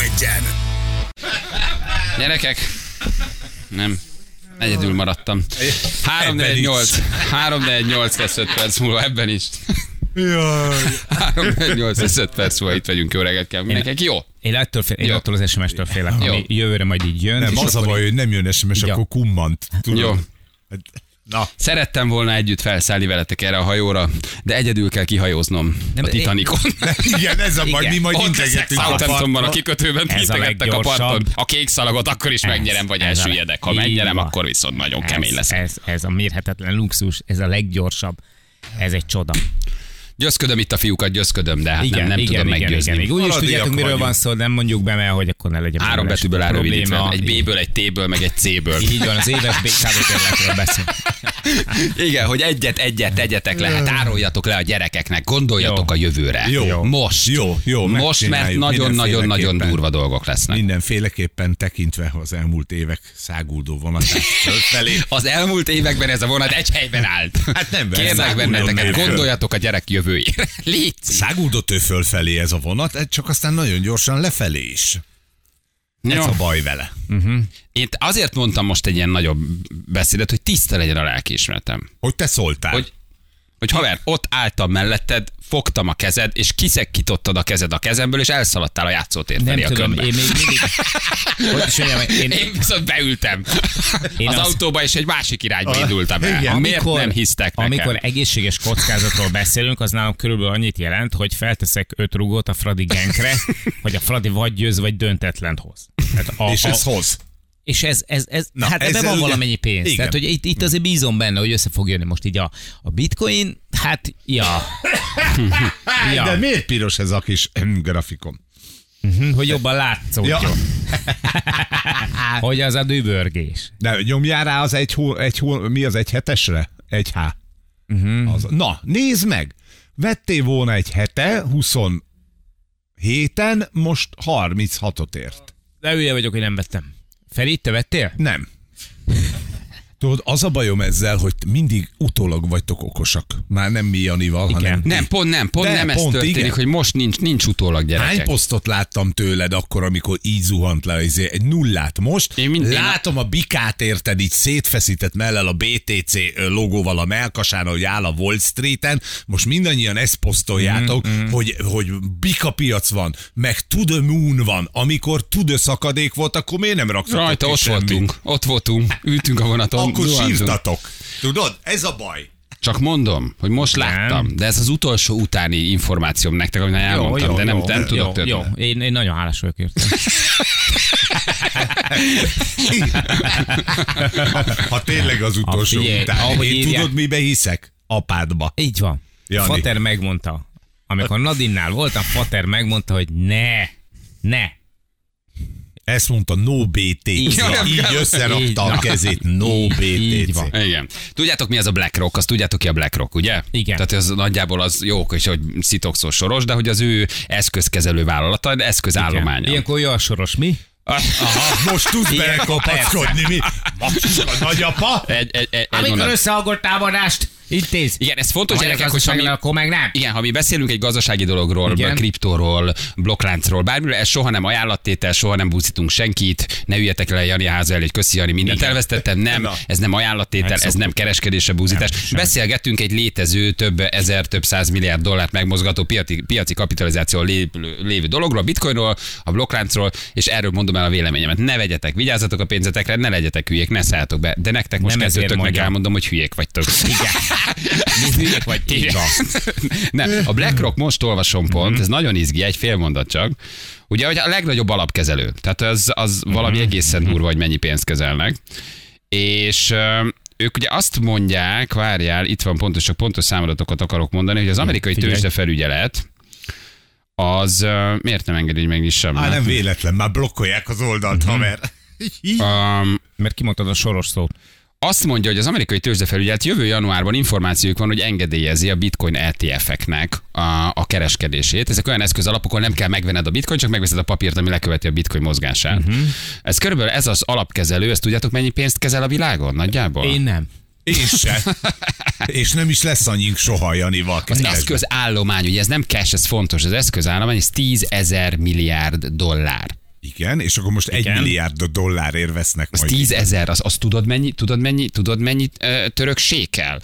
egyen! Gyerekek, nem. Egyedül maradtam. 3 Ebben is. 4 8 3 4 8 lesz 5 perc múlva ebben is. Jaj! 3 4 8 lesz 5 perc múlva itt vagyunk, jó reggelt kell mindenkinek. Jó, Én ettől, fél, én Jó. attól az SMS-től félek, Jó. ami jövőre majd így jön. Nem, és az a akkor baj, hogy nem jön SMS, Ja. akkor kummant. Tudod? Jó. Hát, Na, szerettem volna együtt felszállni veletek erre a hajóra, de egyedül kell kihajóznom Nem, a de én- Titanicon. igen, ez a baj, Igen. mi majd Ott leszek integetünk a Southamptonban a parton. kikötőben, Ez a integettek a leggyorsabb. parton. A kék szalagot akkor is Ez- megnyerem, vagy ez a leg- elsüllyedek. Ha Így megnyerem, van. akkor viszont nagyon ez- kemény lesz. Ez, ez a mérhetetlen luxus, ez a leggyorsabb. Ez egy csoda. Hát Győzködöm itt a fiúkat, győzködöm, de hát nem, nem tudom meggyőzni. Úgy is Valadiak tudjátok, miről vagyunk. van szó, nem mondjuk be, mert hogy akkor ne legyen Három belőle betűből árulítva. probléma. Egy Így- B-ből, egy T-ből, meg egy C-ből. Így van, az éves BKV területről beszélünk. Igen, hogy egyet, egyet tegyetek le, hát áruljatok le a gyerekeknek, gondoljatok a Jó. jövőre. Jó. Most. Jó, jó, Most, mert megcsináljuk nagyon-nagyon-nagyon mindenféleképpen. durva dolgok lesznek. Mindenféleképpen tekintve az elmúlt évek száguldó vonatát fölfelé. Az elmúlt években ez a vonat egy helyben állt. Hát nem, Kérlek száguldó benneteket, nélkül. gondoljatok a gyerek jövőjére. Légy szíves. Száguldott ő fölfelé ez a vonat, ez csak aztán nagyon gyorsan lefelé is. Jó. Ez a baj vele. Én azért mondtam most egy ilyen nagyobb beszédet, hogy tiszta legyen a lelkiismeretem. Hogy te szóltál. Hogy, hogy haver, ott álltam melletted, fogtam a kezed, és kiszekítottad a kezed a kezemből, és elszaladtál a játszótér Nem felé a tudom, kömbben. én még mindig... Hogy is mondjam, én, Én viszont beültem én Én az, az- autóba, és egy másik irányba Ah, indultam el. igen. Miért nem hisztek nekem? Amikor egészséges kockázatról beszélünk, az nálam körülbelül annyit jelent, hogy felteszek öt rugót a Fradi genkre, hogy a Fradi vagy győz, vagy döntetlent hoz. Tehát a, és a, ez hoz. és ez, ez, ez Na, Na, hát ezzel ebben van ugye- valamennyi pénz. Igen. Igen. Tehát, hogy itt, itt azért bízom benne, hogy össze fog jönni most így a, a bitcoin, hát ja. ja. De miért piros ez a kis grafikon? Hm, Hogy jobban látszódjon. Ja. Ja. Hogy az a dübörgés. De nyomjál rá az egy, hó, egy hó, mi az egy hetesre? Egy H. Uh-huh. Az, na, nézd meg! Vettél volna egy hete, 27-en, most 36-ot ért. De hülye vagyok, hogy nem vettem. Feri, te vettél? Nem. Tudod, az a bajom ezzel, hogy mindig utólag vagytok okosak. Már nem mi Janival, Igen. hanem... ti. Nem, pont nem, pont De, nem ez pont történik, igen. hogy most nincs, nincs utólag gyerekek. Hány posztot láttam tőled akkor, amikor így zuhant le izé, egy nullát most? Én mind- Látom a bikát érted így szétfeszített mellel a BTC logóval a melkasán, hogy áll a Wall Street-en. Most mindannyian ezt posztoljátok, mm-hmm. hogy, hogy bika piac van, meg to the moon van. Amikor to the szakadék volt, akkor miért nem raktatok Rajta ki ott semmit? voltunk, ott voltunk, ültünk a vonaton, Akkor zuhantunk. sírtatok. Tudod, ez a baj. Csak mondom, hogy most Nem. láttam, de ez az utolsó utáni információm nektek, amit már elmondtam, de nem, nem tudok jó, jó. többet. Én, én nagyon hálás vagyok érte. Ha tényleg az utolsó Ha figyelj, után. ahogy Én írják- tudod, mibe hiszek? Apádba. Így van. Jani. Jani. Fater megmondta, amikor Nadinnál voltam, Fater megmondta, hogy ne, ne. Ezt mondta no BTC. Így, Így van. így összerakta Így a van. kezét. No Így- BTC. így van. Igen. Tudjátok, mi az a BlackRock? Azt tudjátok ki a BlackRock, ugye? Igen. Tehát az nagyjából az jó, és hogy szitokszó soros, de hogy az ő eszközkezelő vállalata, de eszközállománya. Ilyenkor jó a soros, mi? Aha, most tudsz Ilyen, belekapaszkodni, mi? Macska, nagyapa? Egy, egy, egy, egy Amikor mondat. összehagolt támadást, intéz. Igen, ez fontos, Ha gyerekek, hogy gyerekek, ami, meg, akkor meg nem. igen, ha mi beszélünk egy gazdasági dologról, Igen. Igen. kriptóról, blokkláncról, bármiről, ez soha nem ajánlattétel, soha nem buszítunk senkit, ne üljetek le Jani háza elé, hogy köszi Jani, mindent Igen. Igen. elvesztettem, nem, Na. ez nem ajánlattétel, ez nem kereskedése, búzítás. Nem, Beszélgetünk egy létező, több ezer, több száz milliárd dollárt megmozgató piaci, piaci kapitalizáció lévő, lévő dologról, a bitcoinról, a blokkláncról, és erről mondom el a véleményemet. Ne vegyetek, vigyázzatok a pénzetekre, ne legyetek hülyék, ne szálljatok be, de nektek most Nem ezért kettőtöknek mondjam. elmondom, hogy hülyék vagytok. Mi hülyék vagy? Így van. Nem, a BlackRock most olvasom pont, ez nagyon izgi, egy fél mondat csak. Ugye, hogy a legnagyobb alapkezelő, tehát az, az valami egészen durva, hogy mennyi pénzt kezelnek. És ö, ők ugye azt mondják, várjál, itt van pontos, csak pontos számadatokat akarok mondani, hogy az amerikai Figyelj. tőzsdefelügyelet az, ö, miért nem engedi, hogy megnyissam? Á, nem véletlen, már blokkolják az oldalt, haver. Um, Mert kimondtad a soros szót. azt mondja, hogy az amerikai tőzsdefelügyelet jövő januárban információjuk van, hogy engedélyezi a bitcoin ETF-eknek a, a kereskedését. Ezek olyan eszközalapok, ahol nem kell megvenned a bitcoin, csak megveszed a papírt, ami leköveti a bitcoin mozgását. Uh-huh. Ez körülbelül ez az alapkezelő, ezt tudjátok mennyi pénzt kezel a világon nagyjából? Én nem. És se. És nem is lesz annyink soha, Janival. az Kezdve. eszközállomány, ugye ez nem cash, ez fontos, az eszközállomány, ez 10 ezer milliárd dollár. Igen, és akkor most egy Igen. milliárd dollárért vesznek Az majd. 10 ezer, az, az tudod mennyi, tudod mennyi, tudod mennyi ö, török sékel?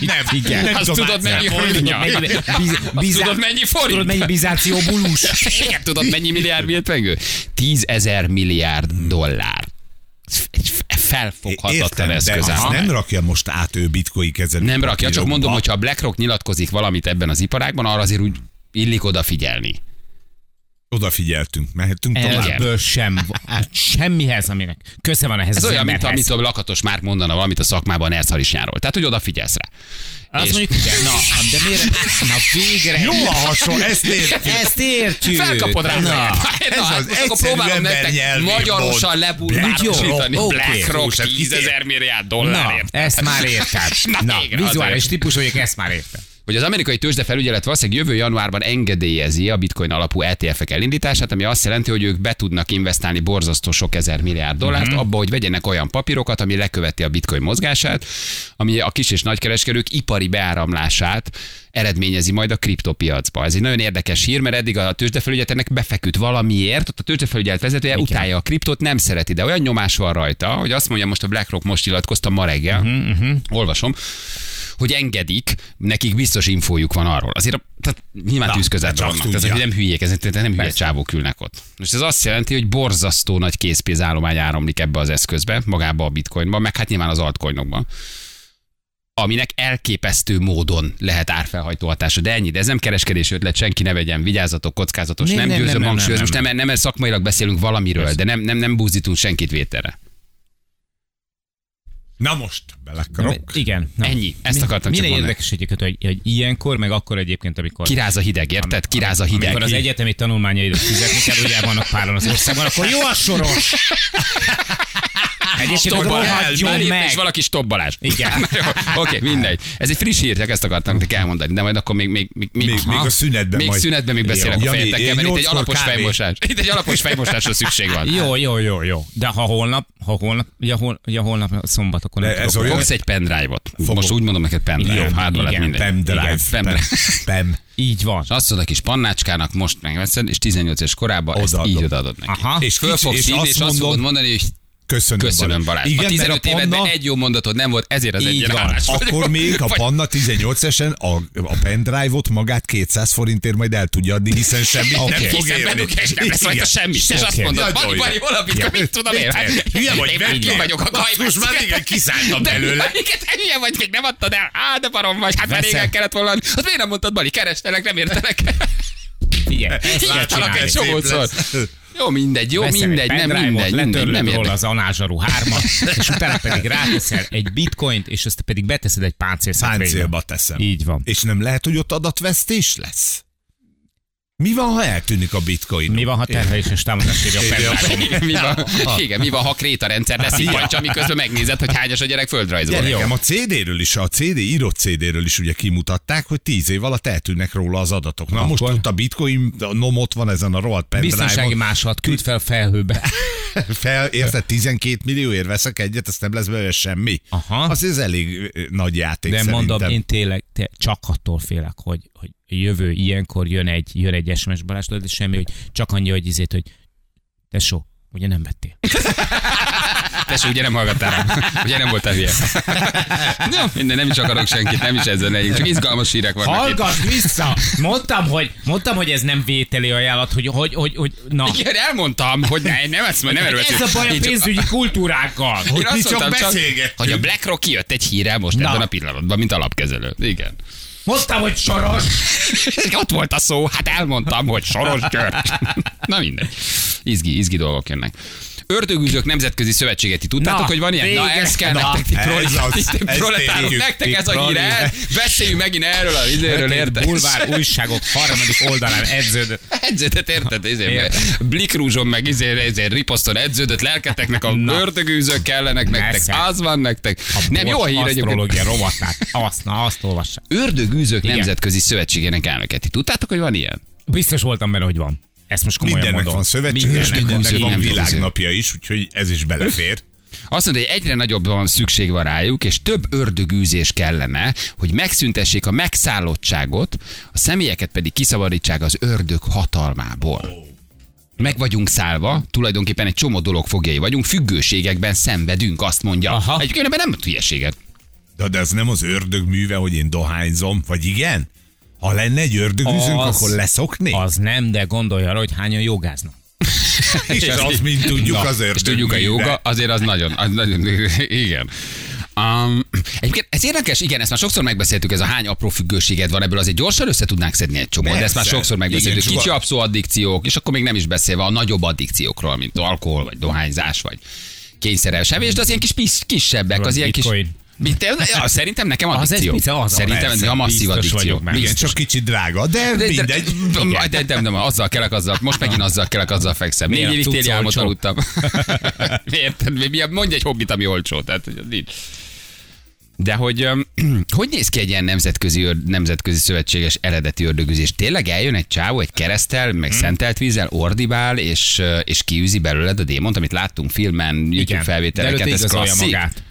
Nem, igen. Azt tudod mennyi Tudod, holdja? mennyi- biz- Azt bizá- Tudod mennyi forint? Tudod, mennyi bizáció bulus? Igen, tudod mennyi milliárd miért megő? 10 ezer milliárd dollár. Ez Egy fe- felfoghatatlan de eszköz. azt áll. nem rakja most át ő bitcoin kezelő. nem rakja, csak papírokba. mondom, hogyha a BlackRock nyilatkozik valamit ebben az iparágban, arra azért úgy illik odafigyelni. Odafigyeltünk, mehetünk tovább. Igen. Ebből sem. van. Semmihez, aminek köze van ehhez Ez az olyan, mint emberhez. amit a lakatos már mondana valamit a szakmában elszarisnyáról. Tehát, hogy odafigyelsz rá. Azt és- mondjuk, igen, na, de miért? Na végre. Jó a hasonló, ezt értjük. Ezt értjük. Felkapod rá. ez Na, hát az most akkor egyszerű próbálom ember nektek nyelvén magyarosan mond. lebulvársítani. Jó, oké. BlackRock Jó, 10 ezer milliárd na, dollárért. ezt már értem. Na, Na, végre, az vizuális azért. típus vagyok, ezt már értem. hogy az amerikai tőzsdefelügyelet valószínűleg jövő januárban engedélyezi a bitcoin alapú ETF-ek elindítását, ami azt jelenti, hogy ők be tudnak investálni borzasztó sok ezer milliárd dollárt mm-hmm. abba, hogy vegyenek olyan papírokat, ami leköveti a bitcoin mozgását, ami a kis és nagykereskedők ipari beáramlását eredményezi majd a kriptopiacba. Ez egy nagyon érdekes hír, mert eddig a tőzsdefelügyelet ennek befeküdt valamiért, ott a tőzsdefelügyelet vezetője Igen. utálja a kriptot, nem szereti, de olyan nyomás van rajta, hogy azt mondja most a BlackRock most nyilatkozta ma reggel, mm-hmm. olvasom, hogy engedik, nekik biztos infójuk van arról. Azért a, tehát nyilván tűz csak közelben vannak, tehát tudja. hogy nem hülyék, ez, tehát nem hülye csávók ülnek ott. Most ez azt jelenti, hogy borzasztó nagy készpénzállomány áramlik ebbe az eszközbe, magába a bitcoinba, meg hát nyilván az altcoinokban aminek elképesztő módon lehet árfelhajtó hatása. De ennyi, de ez nem kereskedés ötlet, senki ne vegyen, vigyázzatok, kockázatos, Nem, nem, nem, nem nem, győzöm nem, hangsúlyozni. Most nem, nem. nem, nem, nem szakmailag beszélünk valamiről, de nem, nem, nem búzítunk senkit vételre. Na most, belekarok. Igen. Na. Ennyi. Ezt akartam Mire csak mondani. érdekes egyébként, hogy, hogy ilyenkor, meg akkor egyébként, amikor... Kiráz a hideg, érted? Kiráz a hideg. Amikor az egyetemi tanulmányaidat fizetni kell, ugye vannak páran az országban, akkor jó a soros! Egyébként Stopp akkor Balázs, már hagyjon itt meg! is valaki Stopp Balázs. Igen. Jó, Oké, mindegy. Ez egy friss hír, csak ezt akartam nektek elmondani, de majd akkor még, még, még, még, Még- még a szünetben még majd. szünetben még beszélek Jó. a Jani, fejetekkel, mert itt egy nyolckor alapos kávé. fejmosás. Itt egy alapos fejmosásra szükség van. Jó, jó, jó, jó. De ha holnap, ha holnap, ugye, hol, ugye holnap a szombat, akkor nem De ez tudok. olyan- Fogsz egy pendrive-ot. Most úgy mondom neked pendrive. Igen, Hátba hát lett igen, mindegy. Pemdrive. Igen, Pendrive. Pem. Így van. És azt mondod a kis pannácskának, most megveszed, és 18 éves korában ezt Odaadom. így odaadod neki. Aha. És föl kicsi- fogsz és írni, azt és azt fogod mondom- mondani, hogy Köszönöm, köszönöm Balázs. Igen, a mert 15 a évedben panna, egy jó mondatod nem volt, ezért az Így egy van. akkor még a Panna 18-esen a, a pendrive-ot magát 200 forintért majd el tudja adni, hiszen semmit okay. nem fog Készen érni. bedugja, és nem lesz rajta Igen. semmi. És azt Oké. mondod, Nagyon Bani, jó. Bani, hol a bitcoin, Igen. mit tudom én? Hát, Érted? Hülye vagy, én vettél? ki vagyok a Basszus, kajmát. már régen kiszálltam belőle. te hülye vagy, még nem adtad el. Á, de barom vagy, hát már Veszem. régen kellett volna. adni. Hát miért nem mondtad, Bali, kerestelek, nem értelek. Figyelj, ezt kell Hihetalak csinálni. egy ez szép csomószor. lesz. Jó, mindegy, jó, Veszel egy mindegy, nem pendrive-ot, mindegy, nem mindegy, letörlöd nem róla érdekel. az anázsarú hármat, és utána pedig ráteszel egy bitcoint, és azt pedig beteszed egy páncélszekrénybe. Páncélba teszem. Így van. És nem lehet, hogy ott adatvesztés lesz? Mi van, ha eltűnik a bitcoin? Mi van, ha terheléses támadás írja a pendrive-on? Igen, mi van, igen, mi van, ha kréta rendszer lesz így vagy, miközben megnézed, hogy hányas a gyerek De földrajzban. nekem a CD-ről is, a CD írott CD-ről is ugye kimutatták, hogy tíz év alatt eltűnnek róla az adatok. Na most ott a bitcoin a nom ott van ezen a rohadt Biztonsági pendrive másolat, küld fel felhőbe. fel, érted, 12 millióért veszek egyet, azt nem lesz belőle semmi. Aha. Az ez elég ö, nagy játék De szerintem. mondom, én tényleg te, csak attól félek, hogy, hogy jövő ilyenkor jön egy, jön egy SMS Balázs, de semmi, hogy csak annyi, hogy izét, hogy tesó, ugye nem vettél. Tesó, ugye nem hallgattál rám. Ugye nem voltál hülye. Nem, minden, nem is akarok senkit, nem is ezzel legyünk. Csak izgalmas hírek vannak itt. Hallgass vissza! Mondtam, hogy, mondtam, hogy ez nem vételi ajánlat, hogy, hogy, hogy, hogy na. Hát Igen, hát elmondtam, hogy ne, nem ezt mondom, nem erről Ez a beszélünk. baj Én a csak- pénzügyi kultúrákkal. én Hogy azt mi csak mondtam beszélgettünk. Hogy a BlackRock kijött egy hírrel most Na. ebben a pillanatban, mint alapkezelő. Igen. Mondtam, hogy soros. Ott volt a szó, hát elmondtam, hogy Soros György. Na mindegy. Izgi, izgi dolgok jönnek. Ördögűzők Nemzetközi Szövetséget, ti tudtátok, Na, hogy van ilyen? Na, végre. ez kell Na, nektek, ti ez az, prole- ti ezt proletárok, érjük, nektek ti ez a hír proli- el. Beszéljünk megint erről a izéről, érted? Bulvár újságok harmadik oldalán edződött. Edződött, érted? Izé, Érted. blikkrúzson meg izé, izé, riposzton edződött lelketeknek, a Na. ördögűzök kellenek nektek, Persze. az van nektek. Nem, jó a hír egyébként. Asztrológia rovatát. Azt, na, azt olvassák. Ördögűzők Igen. Nemzetközi Szövetségének elnöke. Ti tudtátok, hogy van ilyen? Biztos voltam benne, hogy van. Ezt most komolyan Mindennek mondom. van szövetség, és Mindennek mindennek van van szövetség. világnapja is, úgyhogy ez is belefér. Azt mondja, hogy egyre nagyobb van szükség van rájuk, és több ördögűzés kellene, hogy megszüntessék a megszállottságot, a személyeket pedig kiszabadítsák az ördög hatalmából. meg vagyunk szállva, tulajdonképpen egy csomó dolog fogjai vagyunk, függőségekben szenvedünk, azt mondja. Aha. Egyébként ebben nem mond hülyeséget. De, de ez nem az ördög műve, hogy én dohányzom, vagy igen? Ha lenne egy ördögüzünk, Az- akkor leszoknék? Az nem, de gondolj arra, hogy hányan jogáznak. és az, mint tudjuk, az ördög És tudjuk a műve. joga, azért az nagyon, az nagyon igen. Um, egyébként ez érdekes, igen, ezt már sokszor megbeszéltük, ez a hány apró függőséged van ebből, azért gyorsan össze tudnánk szedni egy csomót, de ezt már Persze. sokszor megbeszéltük. Igen, Kicsi soha- abszó addikciók, és akkor még nem is beszélve a nagyobb addikciókról, mint alkohol, vagy dohányzás, vagy kényszerelsevés, de az ilyen kis pis- kisebbek, az ilyen kis... Bitcoin. Mit, ja, szerintem nekem Az egy addikció. pica, az- szerintem ez persze, a masszív biztos addikció. vagyok már. Igen, csak kicsit drága, de, de mindegy. De, de, de, de, de, de, azzal kelek, azzal, most megint azzal kelek, azzal fekszem. Négy Miért évig téli tudsz álmot olcsó? aludtam. Érted? Mi- mi- Mondj egy hobbit, ami olcsó. Tehát, hogy nincs. De hogy, öm, hogy néz ki egy ilyen nemzetközi, őr- nemzetközi szövetséges eredeti ördögüzés? Tényleg eljön egy csávó, egy keresztel, Hmm. meg szentelt vízzel, ordibál, és, ö, és kiűzi belőled a démont, amit láttunk filmen, YouTube de felvételeken, előtte ez igazolja klasszik. magát.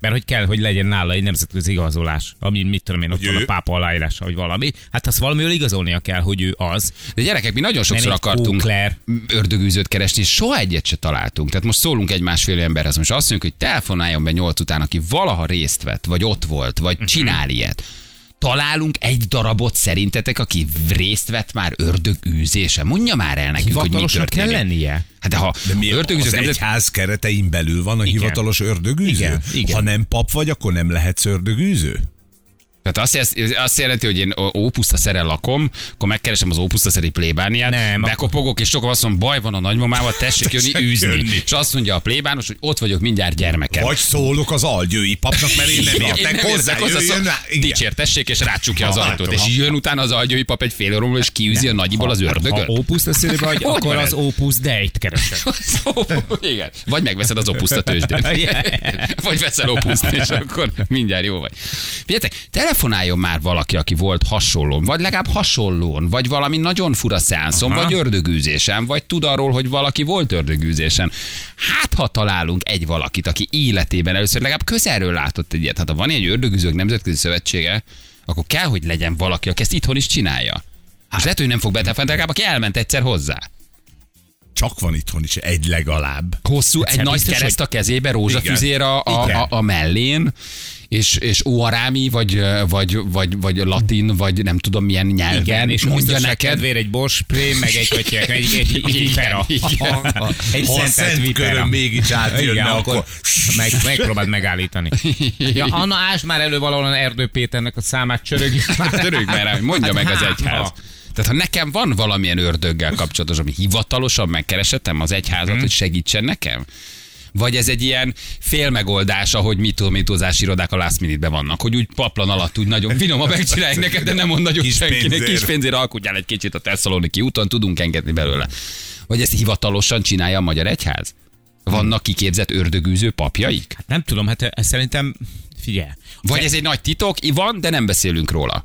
Mert hogy kell, hogy legyen nála egy nemzetközi igazolás, ami mit tudom én, ott Hogy van ő- a pápa aláírása, vagy valami. Hát azt valamiről igazolnia kell, hogy ő az. De gyerekek, mi nagyon sokszor egy akartunk kókler. ördögűzőt keresni, és soha egyet se találtunk. Tehát most szólunk egy másfél emberhez, most azt mondjuk, hogy telefonáljon be nyolc után, aki valaha részt vett, vagy ott volt, vagy csinál ilyet. Találunk egy darabot szerintetek, aki részt vett már ördögűzése? Mondja már el nekünk, hogy mi Hivatalosnak kell történik. lennie. Hát de ha De mi ördögűzőt az nem egyház keretein belül van a igen. hivatalos ördögűző? Igen, igen. Ha nem pap vagy, akkor nem lehetsz ördögűző? Tehát azt, jelz- azt jelenti, hogy én ópuszta szere lakom, akkor megkeresem az ópuszta szeri plébániát, Nem, bekopogok, és sokan azt mondom, baj van a nagymamával, tessék jönni Tessék űzni. jönni. És azt mondja a plébános, hogy ott vagyok mindjárt gyermekem. Vagy szólok az algyői papnak, mert én nem Igen, értek hozzá, jöjjön szó- rá. Igen. szóval Dicsértessék, és rácsukja az Ha, ajtót. látom, És jön utána az agyői pap egy fél orról, és kiűzi a nagyiból az Ha ördögöt. Opus a szülőbe vagy, Hogy akkor mered? az Opus Dei-t keresed. Igen. Vagy megveszed az opuszta tőzsdén. Vagy veszel opuszt, és akkor mindjárt jó vagy. Figyeljetek, telefonáljon már valaki, aki volt hasonlón, vagy legalább hasonlón, vagy valami nagyon fura szánszon, vagy ördögűzésen, vagy tud arról, hogy valaki volt ördögűzésen. Hát, ha találunk egy valakit, aki életében először legalább közelről látott egy ilyet. Hát, ha van ilyen ördögűzők nemzetközi szövetsége, akkor kell, hogy legyen valaki, aki ezt itthon is csinálja. És lehet, hogy nem fog betelefonálni, de legalább aki elment egyszer hozzá. Csak van itthon is egy legalább. Hosszú, egy Egyszer nagy biztos, kereszt a kezébe, rózsafüzér a, a, Igen. a, a mellén, és, és óarámi, vagy, vagy, vagy, vagy latin, vagy nem tudom milyen nyelven, Igen, és mondja neked, kedvér egy borsprém, meg egy ötyek, egy, egy, egy Igen, vipera. igen. Egy Ha a szentelt szent vipera. köröm mégis átjönne, Igen, akkor- Meg, megpróbáld megállítani. Ja, Anna, ásd már elő valahol Erdő Péternek a számát, csörögjük már. törődj már rá, hogy mondja Hát meg az hát, egyház. ha. Tehát ha nekem van valamilyen ördöggel kapcsolatos, ami hivatalosan megkeresetem az egyházat, hogy segítsen nekem, vagy ez egy ilyen félmegoldás, ahogy mitomítózás irodák a last minute vannak, hogy úgy paplan alatt úgy nagyon finoman megcsinálják neked, de nem mond nagyon Kis senkinek. pénzért. Kis pénzért alkudjál egy kicsit a Tesszaloniki úton, tudunk engedni belőle. Vagy ezt hivatalosan csinálja a Magyar Egyház? Vannak kiképzett ördögűző papjaik? Nem tudom, hát eh, szerintem, figyelj. Vagy ez egy nagy titok, van, de nem beszélünk róla.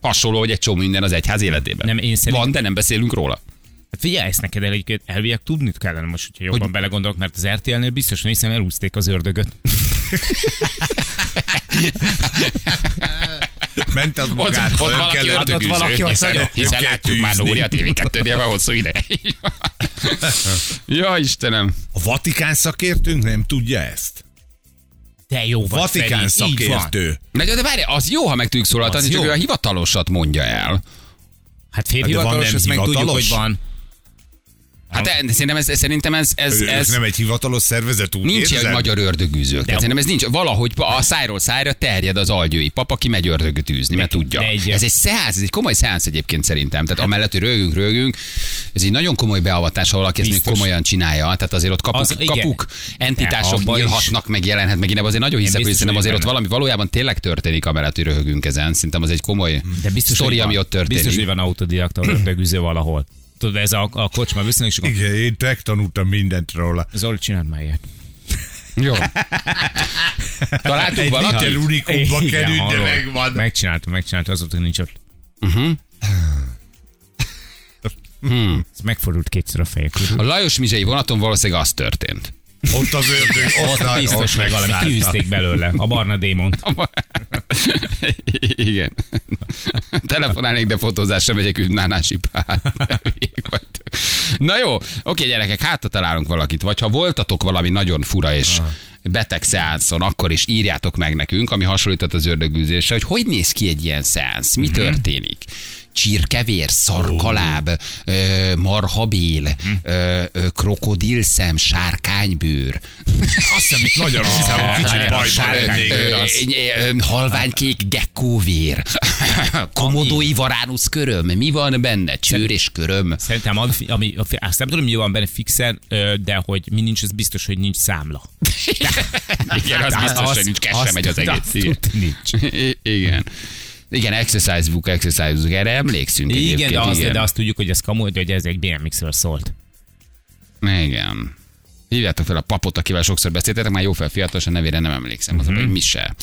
Hasonló, hogy egy csomó minden az egyház életében. Nem, én szerintem- Van, de nem beszélünk róla. Hát figyelj, ezt neked elég elvileg tudni kellene most, hogyha jobban hogy... belegondolok, mert az RTL-nél biztos, hogy hiszem elúzték az ördögöt. Ment az magát, ott, ha ott nem valaki kellett ördögűző, valaki, ha hiszen, szeret- hiszen őket látjuk már tűzni. Nóri a TV2-nél már hosszú ide. ja, Istenem. A Vatikán szakértünk nem tudja ezt? De jó vagy, Vatikán Feri, így van. szakértő. Na, de várj, az jó, ha meg tudjuk szólaltatni, Az csak jó. ő a hivatalosat mondja el. Hát Hát de van félhivatalos, nem ezt meg tudjuk, hivatalos? hogy van. Hát de szerintem ez, szerintem ez, ez, Ez, ez nem egy hivatalos szervezet, úgy nincs érzed? ilyen, hogy magyar ördögűzők. Tehát szerintem ez nincs. Valahogy a szájról szájra terjed az algyői pap, aki megy ördögöt űzni, mert tudja. de egy- Ez egy szeánsz, ez egy komoly szeánsz egyébként szerintem. Tehát amellett, hogy rögünk, rögünk, ez egy nagyon komoly beavatás, ha valaki ezt még Biztos. komolyan csinálja. Tehát azért ott kapuk, Az az, igen. kapuk entitások abban is. nyílhatnak, meg jelenhet meg. Én ebben azért nagyon hiszek, hogy biztos szerintem azért vagyok ott benne. valami valójában tényleg történik, amellett, hogy röhögünk ezen. Szerintem az egy komoly De biztos, sztori, hogy van, ami ott történik. Biztos, hogy van autodidakta ördögüző valahol. Tudod, ez a, a kocsma viszonylag, és akkor Igen, én megtanultam mindent róla. Zoli, csináld már ilyet. Jó. Találtuk Egy valakit? Mihály unikumba Igen, került, de hallom. megvan. Megcsináltam, megcsináltam, azóta nincs ott. Mhm. Uh-huh. Ez megfordult kétszer a feje körül. A Lajos Mizsei vonaton valószínűleg az történt. Ott az ördög, ott, ott Biztos meg valami kiűzték belőle, a barna démont. Igen. Telefonálnék, de fotózásra megyek üdnánásipán. Na jó, oké gyerekek, hátra találunk valakit, vagy ha voltatok valami nagyon fura és beteg szeánszon, akkor is írjátok meg nekünk, ami hasonlított az ördögűzésre, hogy hogy néz ki egy ilyen szeánsz, mi történik. Csirkevér, szarkaláb, ö, marhabél, ö, ö, krokodilszem, sárkánybőr, Azt hiszem, itt nagyon azt hiszem, hogy kicsit bajban lennék. Ö, én azt- ö, ö, halványkék gekkóvér, komodói varánusz köröm, mi van benne? Csőr és köröm. Szerintem, ami, ami, azt nem tudom, mi van benne fixen, ö, de hogy mi nincs, az biztos, hogy nincs számla. Igen, az biztos, hogy nincs kesse megy az egész. Igen. Nincs. I- Igen. Igen, exercise book, exercise book, erre emlékszünk Igen, egyébként. de azt, igen. de azt tudjuk, hogy ez kamu, hogy ez egy BMX-ről szólt. igen. Hívjátok fel a papot, akivel sokszor beszéltetek, már jó fel fiatal, és a nevére nem emlékszem. Az a baj, hogy mi se.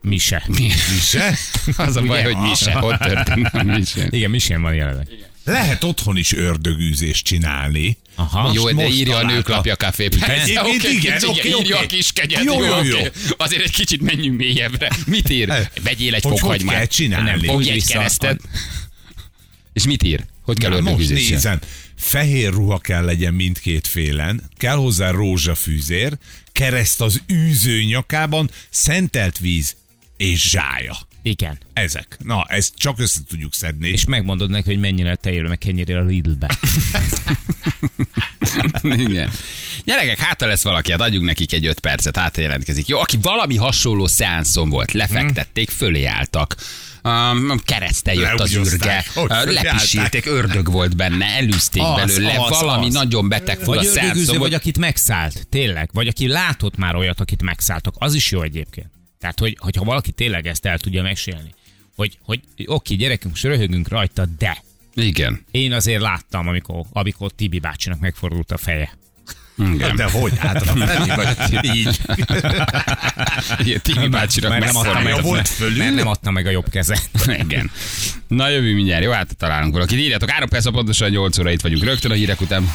Mi se. Mi se? Az a baj, Ugye? hogy mi se. Ott történt, mi se. Igen, mi sem van jelenleg. Lehet otthon is ördögűzést csinálni. Aha. Jó, de most írja a találta. nőklapja kafé. Egyébként igen, oké, írja oké. a kis kegyet. Jó, Jó, jó, oké. jó. Azért egy kicsit menjünk mélyebbre. Mit ír? Vegyél egy Hogy hogy fokhagymát. kell csinálni? Nem, fogj Úgy egy vissza- keresztet. És mit ír? Hogy kell Na, most ördögüzéssel? nézem. Fehér ruha kell legyen mindkét félen, kell hozzá rózsafűzér, kereszt az űző nyakában, szentelt víz és zsája. Igen. Ezek. Na, ezt csak össze tudjuk szedni. És megmondod neki, hogy mennyire a tejéről, meg kenyéről a Lidlbe. Igen. Gyerekek, hát ha lesz valaki, hát adjunk nekik egy öt percet, hát ha jelentkezik. Jó, aki valami hasonló szeánszon volt, lefektették, Hm. fölé álltak. Um, kereszte jött az Leugyozták. ürge, Ott uh, fölé lepisíték, ördög volt benne, elűzték Az, belőle, az, valami az. nagyon beteg fura Vagy szeánszon ördögűző, vagy volt. akit megszállt, tényleg. Vagy aki látott már olyat, akit megszálltak. Az is jó egyébként. Tehát, hogy, hogyha valaki tényleg ezt el tudja mesélni, hogy, hogy oké, gyerekünk, most röhögünk rajta, de Igen. én azért láttam, amikor, amikor Tibi bácsinak megfordult a feje. Igen. De hogy? Hát, nem vagy így. Igen, Tibi bácsinak Mert nem, adta megfordult. meg, megszorulja. Volt volt fölül? mert nem adta meg a jobb kezet. Igen. Na jövő mindjárt, jó, hát találunk valakit. Írjátok, 3 perc a pontosan 8 óra itt vagyunk rögtön a hírek után.